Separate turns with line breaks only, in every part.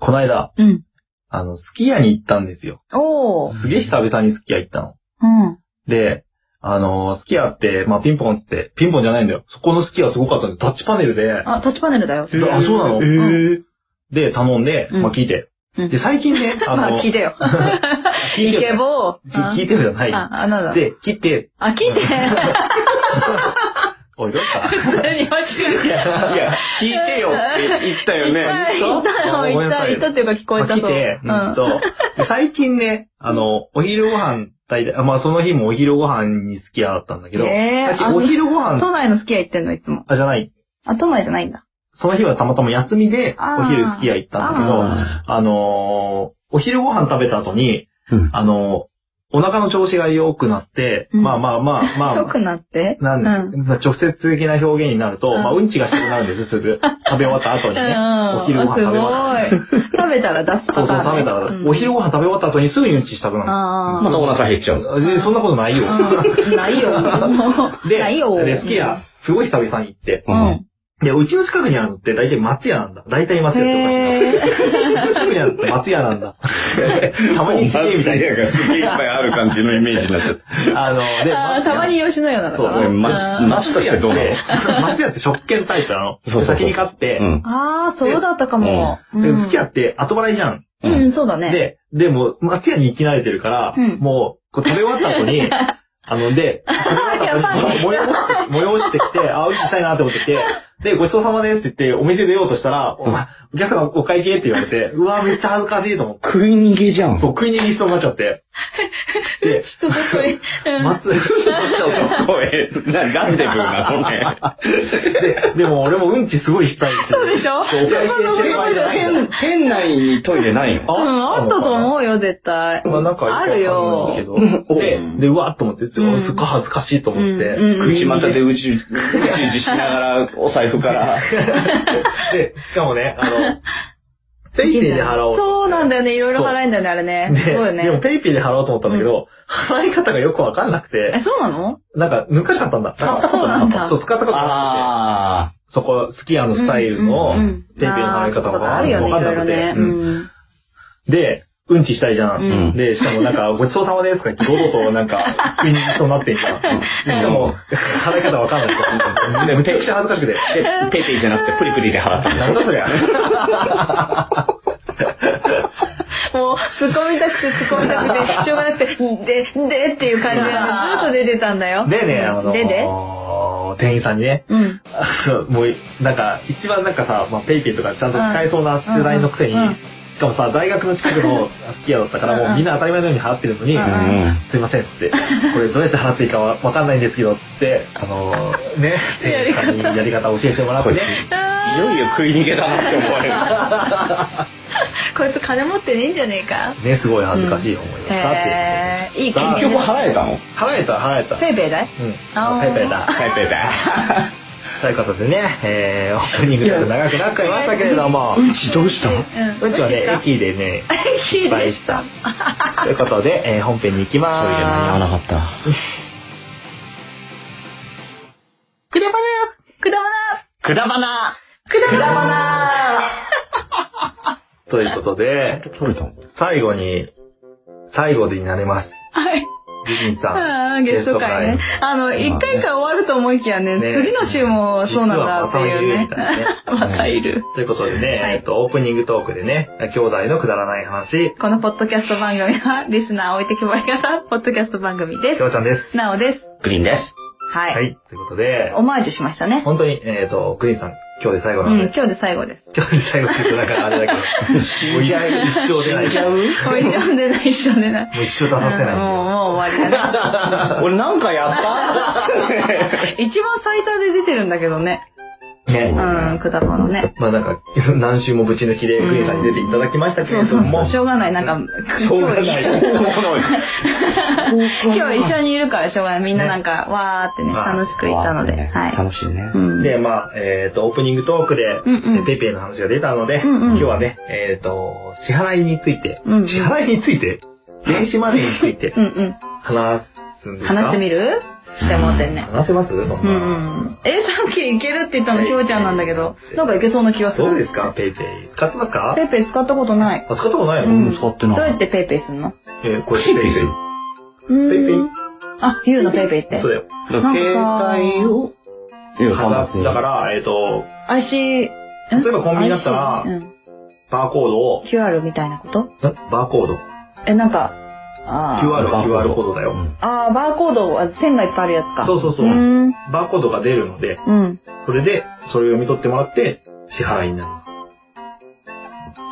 この間、
うん。
あの、すき家に行ったんですよ。
おー。
すげえ久々にすき家行ったの。
うん。
で、あのー、すき家って、まあ、ピンポンっつって、ピンポンじゃないんだよ。そこのすき家すごかったんで、タッチパネルで、
あ、タッチパネルだよ。
えーあそうなの
え
で、頼んで、
うん
まあ、聞いて。
うん
で、最近ね、あ
ま
の、
あ、聞いてよ。
聞い
イ
て
ケ
よ
ボー。あ
聞いてるじゃな
あ、あ、なんだ
い。。で、切って、
あ、聞いて。
おい、どうした
普 通に落ちてる。
ーいや、聞いてよって言ったよね。
言った
あ
よ、
ご
言
め
っ
んな
た、
さい
言ったっていうか聞こえ
まあ
た
来
そう。
て、
う
うん
ん。
と、で最近ね、あの、お昼ご飯、大体、あまあその日もお昼ご飯に好き家だったんだけど、
えー
最近
あの
お昼ご飯、
都内の好き家行ってんの、いつも。
あ、じゃない、
あ、都内じゃないんだ。
その日はたまたま休みで、
あー
お昼好き家行ったんだけど、あ
あ
のーお昼ご飯食べた後に、
うん
あのーお腹の調子が良くなって、
うん
まあまあまあまあ、
良くなって。
なんで、まあ直接的な表現になると、
うん
まあうんちがしたくなるんです、す ぐ。食べ終わった後
う
に
ん。
ね。お昼ご飯食べま
あすごい。食べたら出す
そうそう、
パターンね。
食べたら、
うん
お昼ご飯食べ終わった後にすぐにうんちしたくなる。
あ
またお腹減っちゃうの。
えそんなことないよ。
ーうんないよ。もう
で、
ないよ。
で、好きや、すごい久々に行って。
うん。
で、うちの近くにあるのって大体松屋なんだ。大体松屋っておかしいな。
へー。
うちの近くにあるのって松屋なん だ。たまに
す
すげえみたいな。
がすげえいっぱいある感じのイメージになっちゃった。
あの、で、
あーたまに吉野家なのか
そう
な
俺
ま
うん
ま松屋ってどうな
の 松屋って食券タイプなの。
そうそうそう
先に買って、
うん。
ああ、そうだったかも。
で
うん
好きやって後払いじゃん。
うん、 そうだね。
で、でも、松屋に行き慣れてるから、
うん
もう、こう食べ終わった後に、 あの、で、食べ終わった後に、催して、催してき て、あ、うちしたいなって思ってきて、で、ごちそうさまですって言って、お店出ようとしたら、お前、お客様お会計って言われて、うわ、めっちゃ恥ずかしいと思って。
食い逃げじゃん。
そう、食い逃げしそうになっちゃって。 で、
人とこへ。
松、
これ、な、ランデブーなのね。
で、でも俺もうんちすごいしたいし。
そうでしょ
お会計してる場合じゃない
店、店内にトイレない
う
の
ん、あったと思うよ、絶対。
まあなんか、
ある
け
よ。
ど
うん
で、で、うわーっと思って、すご
うん
いすっごい恥ずかしいと思って、
うんうん
口股でうち、うちうちしながら、お財布から。
で、しかもね、あ の、ペイペイで払おうとして。
そうなんだよね、いろいろ払えんだよね、あれね。
です
ごいよね
で。もペイペイで払おうと思ったんだけど、払い方がよくわかんなく
え、
て、
そうなの
なんか難しかったんだ。
あ
使ったことなか
そうなん
っ
だ
た。そう、使ったことな
あ
くて。そこ、スキヤのスタイルの
うんうんうん、
ペイペイの払い方が
あるよね、
わか
い
ん
ろい
な
ろ
くて
ね。。う
うん
ん。
で、うんちしたいじゃ
うん
ん。で、しかもなんか、 ごちそうさまですとか言って、堂々となんか、食いに行きそうになってんじゃん。でしかも、払い方わかんないで。めちゃくちゃ恥ずかしくて。
あ。で、ペイペイじゃなくてプリプリで払ったの。
なんだそり ゃ。
もう、突っ込みたくて突っ込みたくて、しょうがなくて、で、でっていう感じが、 ずっと出てたんだよ。
でね、あの、
でで
店員さんにね、
うん。
あのもう、なんか、一番なんかさ、まあ、ペイペイとかちゃんと使えそうな世代のくせに、
うんうんうん
しかもさ、大学の近くのスキヤだったか
う
ら、
んうん
もうみんな当たり前のように払ってるのに、
うん
う。
うん
すいませんっつって、これどうやって払っていいかわわかんないんですけどっつって、あのー、ね、店
やり
員
方
さんにやり方教えてもらって
こい
ね。
いよいよ食い逃げだなって思われる。
こいつ金持ってねえんじゃねえか
ね、すごい恥ずかしい思いをしたって
へーい
い
いう
こと
経
で
結
す。
局払えたの
払えた、払えた。
ペイペイだ い
うん。
あー
あペイペイだ。
ペイペイだ。
ということでね、えー、オープニングちょっと長くなっちゃいましたけれども、うん
ちどうしたの
うん。
ちはね、
駅
駅でね、
駅
失敗
で。
した。ということで、えー本編に行き
トイレ間に合
ま
わな
ーす。
かった。
くだばなくだばな
くだばな
くだばな
ということで、
取れたの
最後に、最後になります。
はい。
ジジンさん。
ああ、ゲスト会ね。あの、一回か終わると思いきやね、
ね
次の週もそうなんだっていうね
実はまたいるみたいなね。
またいる。
ということでね、
はい
えっと、オープニングトークでね、兄弟のくだらない話、
このポッドキャスト番組は、リスナー置いてきぼり型、ポッドキャスト番組で
きょうちゃんです。
す。なおです。
グリーンです。
は。
はいい。ということで、
オマージュしましたね。
本当に、えっと、グリーンさん、今日で最後
う
なんで
ん、、今日で最後です。
今日で最後って言うとなんかあれだけど、もう一生出ない。もう
もう 一生出ない、 一生出ない。
一生出させないんだ
も
よ。
う、もう終わりだな。
俺なんかや った
一番最多で出てるんだけどね。
ね。
うん、くだばのね。
まあなんか、何週もぶち抜きでグリーンさんに出ていただきましたけ
そ
れ
うそ
ど
う
も、
しょうがない。なんか、
しょうがない。
今日一緒にいるからしょうがない。みんななんか、わーってね、
まあ
楽しくいたので。はい。
楽しいね
う。ん。
で、まあ、えっ、と、オープニングトークで、
うんうん
ペイペイの話が出たので、
うんう
今
ん
日はね、えっ、と、支払いについて、
うんうん
支払いについて、電子マネーについて
うんうん。
話すんですか
話してみるって思ってんね。
話せますそん
う
な。
んうん。え、さっきいけるって言ったのひょうちゃんなんだけど、なんかいけそうな気がする。
どうですかペイペイ。使ってますか
ペイペイ使ったことない。
あ使ったことないうの
ん
使って
どう
な
やっ
い。
てペイペイすんの
えーこれペイペイ。
ペ
イペイ
あ、ゆうのペイペイって
そう。だよ。
だから携帯を、いや
かざすだから、えっと、
IC、
例えばコンビニだったら
IC うん
バーコードを、
QR みたいなこと
えバーコード。
え、なんか、あー
QR は QR コードだ
う
よ。
ん
あー、バーコード、あ線がいっぱいあるやつか。
そうそうそう
うーん。
バーコードが出るので、
うん。
それで、それを読み取ってもらって、支払いになる。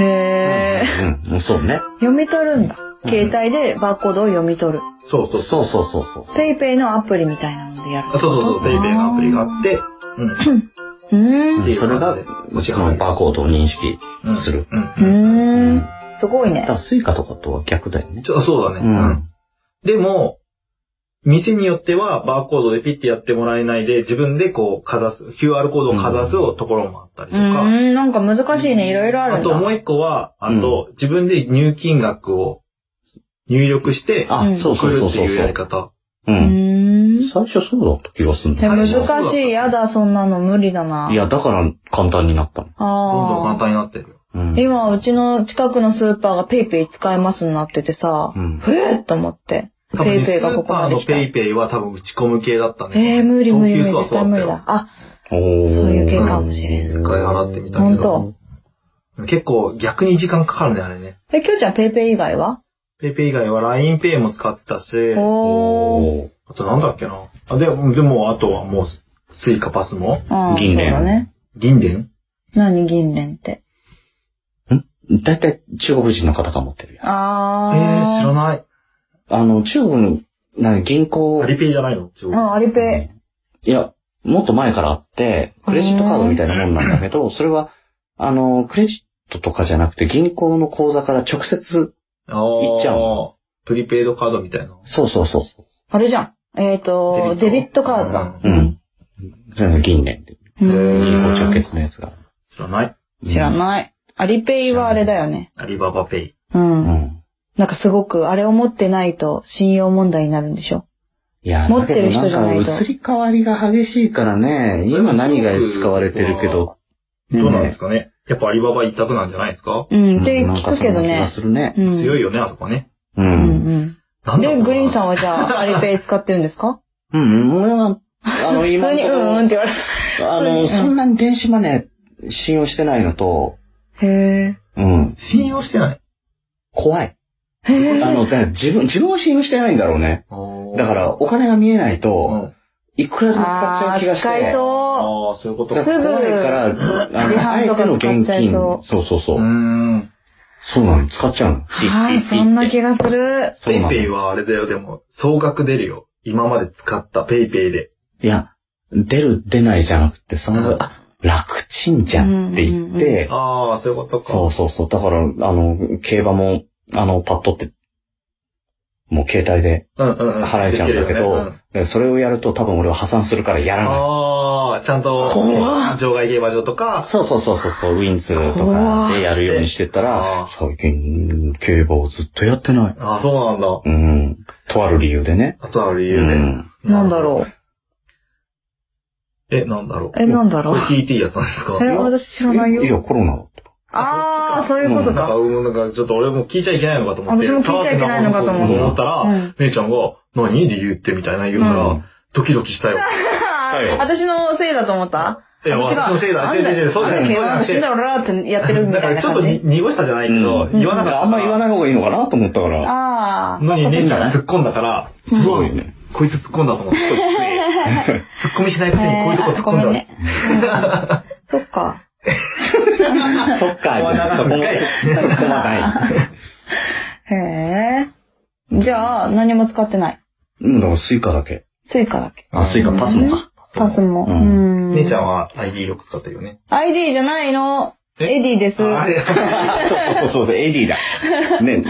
へー。
うん、そうね。
読み取るんだ。
うん
携帯でバーコードを読み取る。
そう
そ
そうう。
そうそうそう。
ペイペイのアプリみたいなのでやる。
そうそうそう、ペイペイのアプリがあって、うん。
うーん。
っていう
それが、そのバーコードを認識する。
うん。
う
うん
ーん。すごい
だ
ね
か。らスイカとかとは逆だよね。
ちょそうだね。うん。。でも、店によってはバーコードでピッてやってもらえないで、自分でこう、かざす、QR コードをかざすところもあったり
う
と
ー
か、
ん、なんか難しいね。いろいろある
あ
ん
とも
だ。
う一個は、あと、自分で入金額を入力して、
あ
うん、
そうそ
送
う
る
そう
って
そう
いうやり
う。
方。
ん。
ん。
最初そうだった気がするんだ
え、
あれ
難しい。やだ、そんなの無理だな。
いや、だから簡単になったの。
どんどん簡
ああ。
単になってるよ。
うん。
今、うちの近くのスーパーがペイペイ使えますになっててさ、
うん
ふえーっと思って。
多
ペ
分
イ
ね、
ペイ
ス
がこ
ー
こ
パ
ま
ー
で
の
来た。
ペイ
え
ペイは多分打ち込む系だったね。
ー、無理無理無理、
東
絶
急は
対
そうだ
無
よ
理だ。あ、そ
お
ういう系
経
か
過
もしれない。
一回払ってみた
ほ
け
ん
ど。
と。
結構逆に時間かかるね、あれね。
え、きょうちゃんペイペイ以外は
ペイペイ以外は LINEPay も使ってたし、
おー。
おー。
あとなんだっけな。あででも、あとはもう、スイカパスも、
あー
銀
そう
蓮
だね。
銀電
何銀蓮って。
だいたい中国人の方が持ってるやん
え
あ
ー、
ー。
知らない。
あの、中国の、な銀行
ア、リペイじゃないの違う
うん、アリペ
いや、もっと前からあって、クレジットカードみたいなもんなんだけど、それは、あの、クレジットとかじゃなくて、銀行の口座から直接、
あー
いっちゃうの
プリペイドカードみたいな。
そうそうそうそ
イ。あれじゃん。えっ、と、デビットカードだ。
う。
う
う
ん
ん。それが銀連って、
う
へ
銀
ー
行
ん
直結のやつが。
知らない。
知らない。アリペイはあれだよね。
アリババペイ。
う。
うん。うんん。
なんかすごく、あれを持ってないと信用問題になるんでしょ
いや、
持ってる人じゃないと
だけどんか移り変わりが激しいからね、今何が使われてるけど、ね
どうなんですかねやっぱアリババ一択なんじゃないですか
うん、って
なんか
聞くけど
そんな気が
ね。
するね。
うん。
強いよ
よ。
ね、あそこね。
う。
うんん
な
うんん。
だろう
で、
な
グリーンさんはじゃあ、アリペイ使ってるんですか
うん、うん、俺は、あ の、
普
今
通
の
に、
と
う
ころ
んうんって言われ
あ
うん
の、そんなに電子マネー信用してないのと、
る。
うん、
信用してない。
怖い。
へえ。
あ
へえ。
の、だから自分、自分を信用してないんだろうね。だ
だ
から、、お金が見えないうと、
ん。
いくらでも使っちゃ
あ
う気
ー、
がして。
使いそ
ああ、そういうこと
だ
か。
から怖いから、あの、あえ
自販と
て
か
の
使っ
現
ちゃい
金。
そう
そうそうそう
ー
う。
ん。
そうなの、使っちゃうの。
う。はい、そんな気がする。
そ
ペ
うな
イ
の
ペイはあれだよ、でも、総額出るよ。今まで使ったペイペイで。
いや、出る、出ないじゃなくて、そ
うん
の、あ、楽ちんじゃんって言って、
うんうん
ああ、そういうことか。
そうそうそう。だから、あの、競馬も、あの、パッとって、もう携帯で
うんうんうん。
払えちゃうんだけ
できる
ど、
よねうん
それをやると多分俺は破産するからやらない。
ああ、ちゃん
怖
と、場外競馬場とか、
そうそうそうそうそう、ウィンズとかでやるようにしてた
怖
ら
っ、
最近、競馬をずっとやってない。
ああ、そうなんだ。
うん。とある理由でね。
あとある理
う
由で。
ん。
なんだろ
う。え、なんだろう。
う。え、なんだろ
こ
う
れ。TT やつなんですか
え、私知らない
いや、
よ。
コロナだった。
あー、そういうこと
なんか、
か。
うんなんか、ちょっと俺も聞いちゃいけないのかと思って。
私も聞いちゃいけないのかと思った
思ったら、
うん
姉ちゃんが、何で言うってみたいな言うから、
うん
ドキドキした よ。
い
私のせいだと思った
いや私のせいだ
違
違
う
う違う違うそうじゃない
あんた
そうじゃなくて
死んだろらーってやってるみ
だ
た
か
いな
らちょっ
感
とに
じ。
濁したじゃないけど、
うん
言わなかった。
あんまり言わない方がいいのかなと思ったから。
ああ。
何、姉ちゃん
うん
突っ込んだから、
うん
すごいね。こいつ突っ込んだと思って。突っ込みしないくせにこういうとこ突っ
ご
込んだ。
めんね。そっか。
そっ か、そこも、そこもない。
へえ。じ ゃあ、何も使ってない。
うん、だからスイカだけ。
スイカだけ。
あ、スイカパスもか。
パスも。
う
うんん。
姉ちゃんは ID よく使ってるよね。
ID じゃないの。
え
エディで す。
あれ、
そうそうそう、エディだ。ね。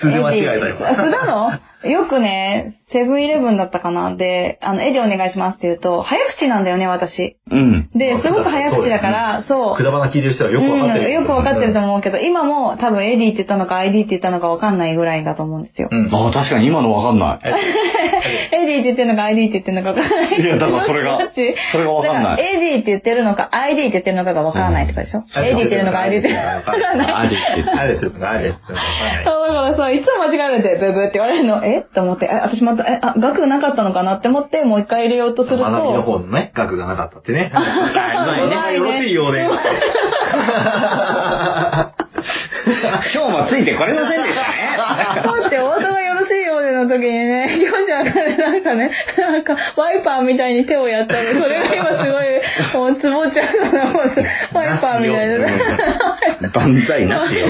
数で間違えたよ。
あ、素なの よくね、セブンイレブンだったかなで、あの、エディお願いしますって言うと、早口なんだよね、私。
うん。
で、すごく早口だから、そう。
くだばな聞いてる人はよくわかってる。
うん、よくわかってると
思
思うけど、今も多分エディって言ったのか ID って言ったのかわかんないぐらいだと思うんですよ。
うん。
ああ、確かに今のわかんない。
え
エディって言ってるのか ID って言ってるのかわからない。
いや、だからそれ が、それがわかん
だから
ない。
エディって言ってるのか ID って言ってるのかがわからないってことでしょ
うん
エディって言うのか ID って言うのかわからない。
ありって言って。
あれって言うのか、あれって言うのかわかんない。
そう、だからさ、いつも間違えられて、ブーブーって言われるの、えと思って、え、私また、え、あ、額なかったのかなって思って、もう一回入れようとすると、
学びの方のね、額がなかったってね。 うまいね。よろしい ようで。
今日もついてこれませんでしたね。
だって、大田がよろしいようでの時にね、 行事あかね、なんかね、なんか、ワイパーみたいに手をやったの、それが今す ごい、もう、つぼっちゃうの、もう、ワイパーみたいなね。
万歳なし よ。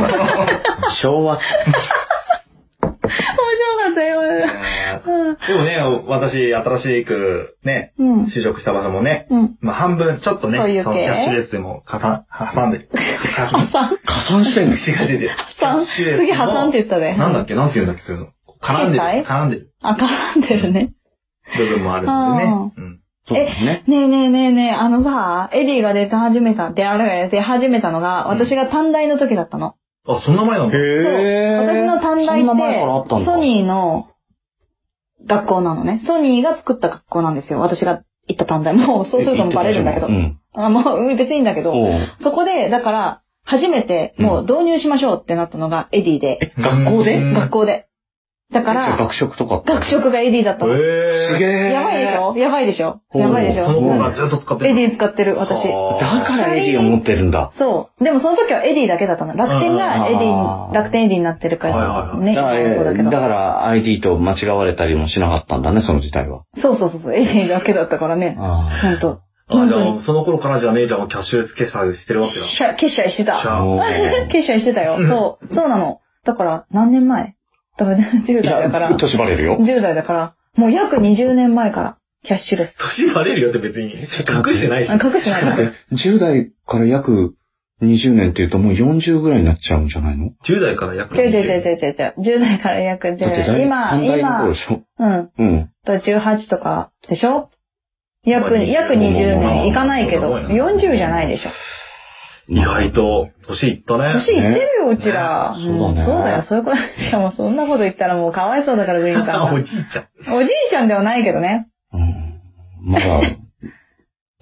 昭和。
面白かったよ。
でもね、私、新しく、ね、
うん。
就職した場所もね、
うん。
まあ半分、ちょっとね、
そういう系
のキャッシュレスも加算、挟んでる。
破産
加算して んの
違う違う。
破産次破産って言ったで
なんだっけなんて言うんだっけそういうの。絡んで
決済
る。絡んでる
あ、絡んでるね。
部分もあるんでね。うん。
そうですね。
ねえねえねえねえ、あのさ、エディが出て始めた、出られ、出始めたのが、私が短大の時だったの。
あ、そんな前なんだ。
そう私の短大
そんな前からあった
っ
ん
て、
だ。
ソニーの学校なのね。ソニーが作った学校なんですよ。私が行った短大。 もう、そうするともうバレるんだけど
う。ん。
あ、もう、うん別にいいんだけど。
おう
そこで、だから、初めて、もう導入しましょうってなったのがエディで。
学校で
うん
学校で。だか
じゃあ
ら、
学食とか。
学食がエディだったの。や
え
すげ
え。
え。
ばいでしょやばいでしょ
おう
やばいでし
その
ょ
子がずっと使って
エ
る。
ディ使ってる、私。
だ
あー
からエディを持ってるんだ。
そう。でもその時はエディだけだったの。楽天がエデ
うん
ィ、楽天エディになってるか
はいはい
ら、
はい
だ
ね。
から
そうだ
え
け
だ
ど。
から、ID と間違われたりもしなかったんだね、その時代は。
そうそうそうそう、エディだけだったからね。ほんと。
あ、
本
じ
当に
ゃあ、その頃からじゃあ姉ちゃんはキャッシュレス決済してるわけだ。
シャ決済して
シ
た。
ャ
おー
決済してたよ。そう。そうなの。だから、何年前だから、10代
い
だ
や
から、
年バレる よ。
10代だから、もう約20年前から、キャッシュレス。
年バレるよって別に。隠してないし
あ。隠してない
だっ
の
て、10代から約20年っていうともう40ぐらいになっちゃうんじゃないの
10代から約
違う違う違う違う違う違う。10代から約10
だって大
代。今、
短大の
今
頃、でしょ
うん。
うん。
だから18とかでしょ
ま
約、
あ
約20年いかないけど、
そうだもん
40じゃないでしょ。
意外と、年いったね。
年いってるよ、うちら。
ねそうだね
んそうだよ、そういうこと。し かもそんなこと言ったらもうかわいそうだから、グリーンさん
あ お
が。お
じ
じ
いちゃん。
いちゃんではないけどね。
うん。まだ、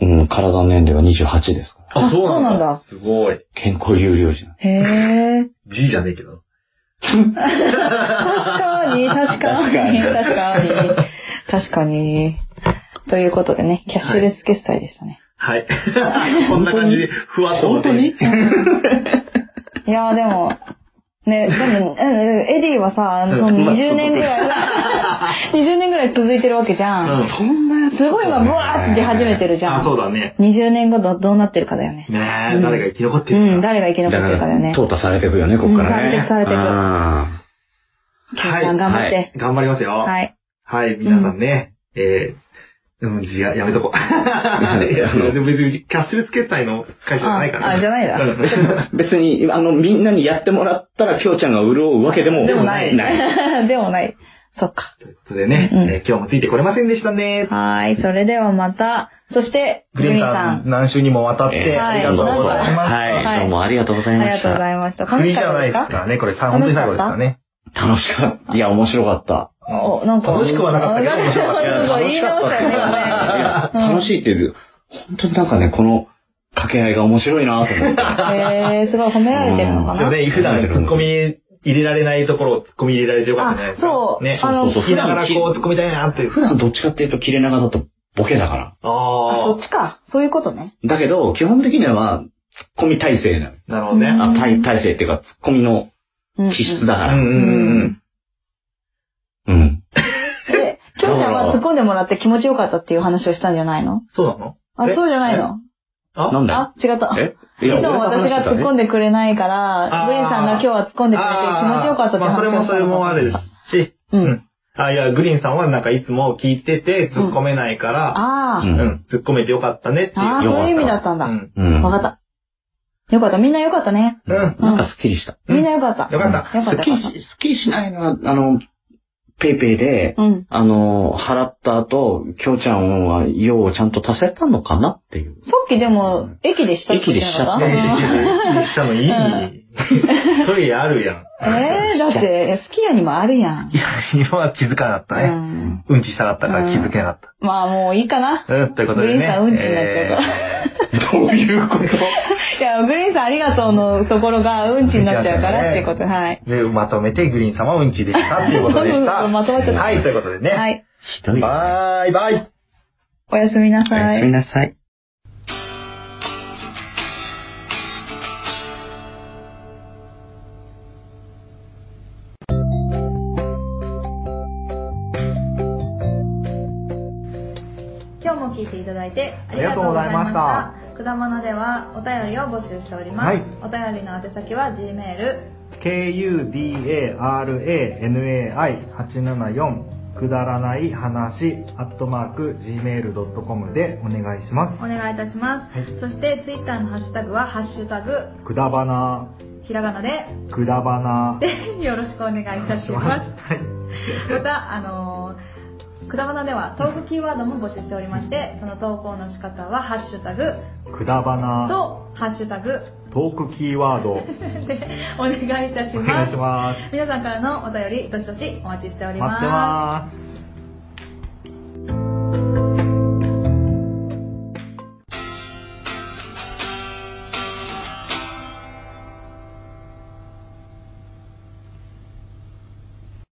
うん、体の年齢は28ですから。
あそうなんだ。
すごい。
健康有料児なんで
へえ。
じいじゃねえけど。
確かに、確かに、確かに。確かに。ということでね、キャッシュレス決済でしたね。
はい。こんな感じで、ふわっと。
本当に
いやーでも、ね、でも、うんうんエディはさ、その
まあ
20年ぐら い、20年ぐらい続いてるわけじゃ。
うんん。
そんなや
すごい今、ブワーって出始めてるじ
あ、
ゃ。
そうんだね。
20年後どどうなってるかだよね。
ねえ、誰が生き残って
う
る
ん、
か。
誰が生き
だ
残っ
か
てるかだよね
ら、。淘汰されていくよね、こっからね。
うんされてくされてく
あ
ケイさん頑張って。
頑張りますよ。
はい。
はい、皆さんね。えー、うん、いや、やめとこ う。いや、でも別にキャッシュレス決済の会社じゃないから。
ああじゃないだ
うん
ー別に、あの、みんなにやってもらったら、きょうちゃんが潤うわけでも
でもない。
な い。
でもない。そっか。
ということでね、
うん
えー今日もついてこれませんでしたね。
はーい。それではまた。そして、
グ
グ
リ
リ
ー
ー
ン
ン
さ
さ
ん、
ん。
何週にもわたっ
え
て
ー
ありがとうございました。
は
はい、どうもありがとうござい
あり
ま
が
し
とうご
た。
ざいました。楽
国
し
じゃ
かった
な
で
い
す
です
か
からね、これさ本当に最後ですからね。
楽しかった。いや、面白かった。
お、なんか。
楽しくはなかったけど面白かった
なんか言い直したよね
いや
うん
楽しいっていう、本当になんかね、この掛け合いが面白いなと思って。
今ね。えー、すごい褒められてるのか
でも
な。
ね、普段ツッコミ入れられないところをツッコミ入れられてよかったんじゃないですか。
あそう
ね、
あの
聞きながらこうツッコみたいなっていう。
普段どっちかっていうと切れ長だとボケだから。
あ、
あ
そっちか。そういうことね。
だけど、基本的にはツッコミ体制なの。
あ、なるほどね。
あ、体、体制っていうか、ツッコミの
うん
気質だか
う
ら。
んうんうん。
うん。
で、きょうちゃんは突っ込んでもらって気持ちよかったっていう話をしたんじゃないの
そうなの
あ、
え
そうじゃないの
あ
なんだよ。
あ、違った。
え
いつも私が突っ込んでくれないか
あー
ら、グリーンさんが今日は突っ込んでくれて気持ちよかったって話をしたの
まあそれもそれもあるし、
う。
うんん。あ、いや、グリーンさんはなんかいつも聞いてて突っ込めないから、
ああ。
う
うんん、突っ込めてよかったねっていう。
ああ、そういう意味だったんだ。
う
わ
ん。
うん。
かった。よかった。みんなよかったね。
うん。よ
なんかスッキリした。
うん
みんなよかっ
か
た。
った。
よかっ
スッ
た
キリし、スッキリしないのは、あの、ペイペイで、
うん。
あの、払った後、きょうちゃんは用をちゃんと足せたのかなっていう。
さっきでも、駅でしたって言ってなかった
ね、したのいい。トイレあるやん。
えー、だって、好きやにもあるやん
い。や、今は気づかなかった
う
ね。
ん。
うんちしたかったから気づけなかった。
まあ、もういいかな。
うん、ということでね。
グリーンさんうんちになっちゃうから
どういう こと
いや、グリーンさんありがとうのところが、うんちになっちゃうからっていうこと。はい。
えーで、まとめてグリーン様はうんちでしたっていうことでし
そ
た。
うまとまっちゃった
はい、ということでね。
はい。
ひどいよね。
バイバイ
おやすみな
お
さ
や
い
すみ。なさい。
今日も聞いていただいてありがとうございました。くだまなではお便りを募集しております。
はい
お便りの宛先は G メール
kudaranai874 くだらない話アットマーク gmail.com でお願いしま
お願いいたします。
はい
そしてツイッターのハッシュタグはハッシュタグ
すくだばな
ひらがなで
くだばな
でよろしくお願いいたします。
はい
またあのーくだまなではトークキーワードも募集しておりまして、その投稿の仕方はハッシュタグ
くだばな
とハッシュタグ
トークキーワードお
でお願いいたし
願
ま
いし
す。
ま
皆さんからのお便りどしどしお待ちしてお
す
り
待ってます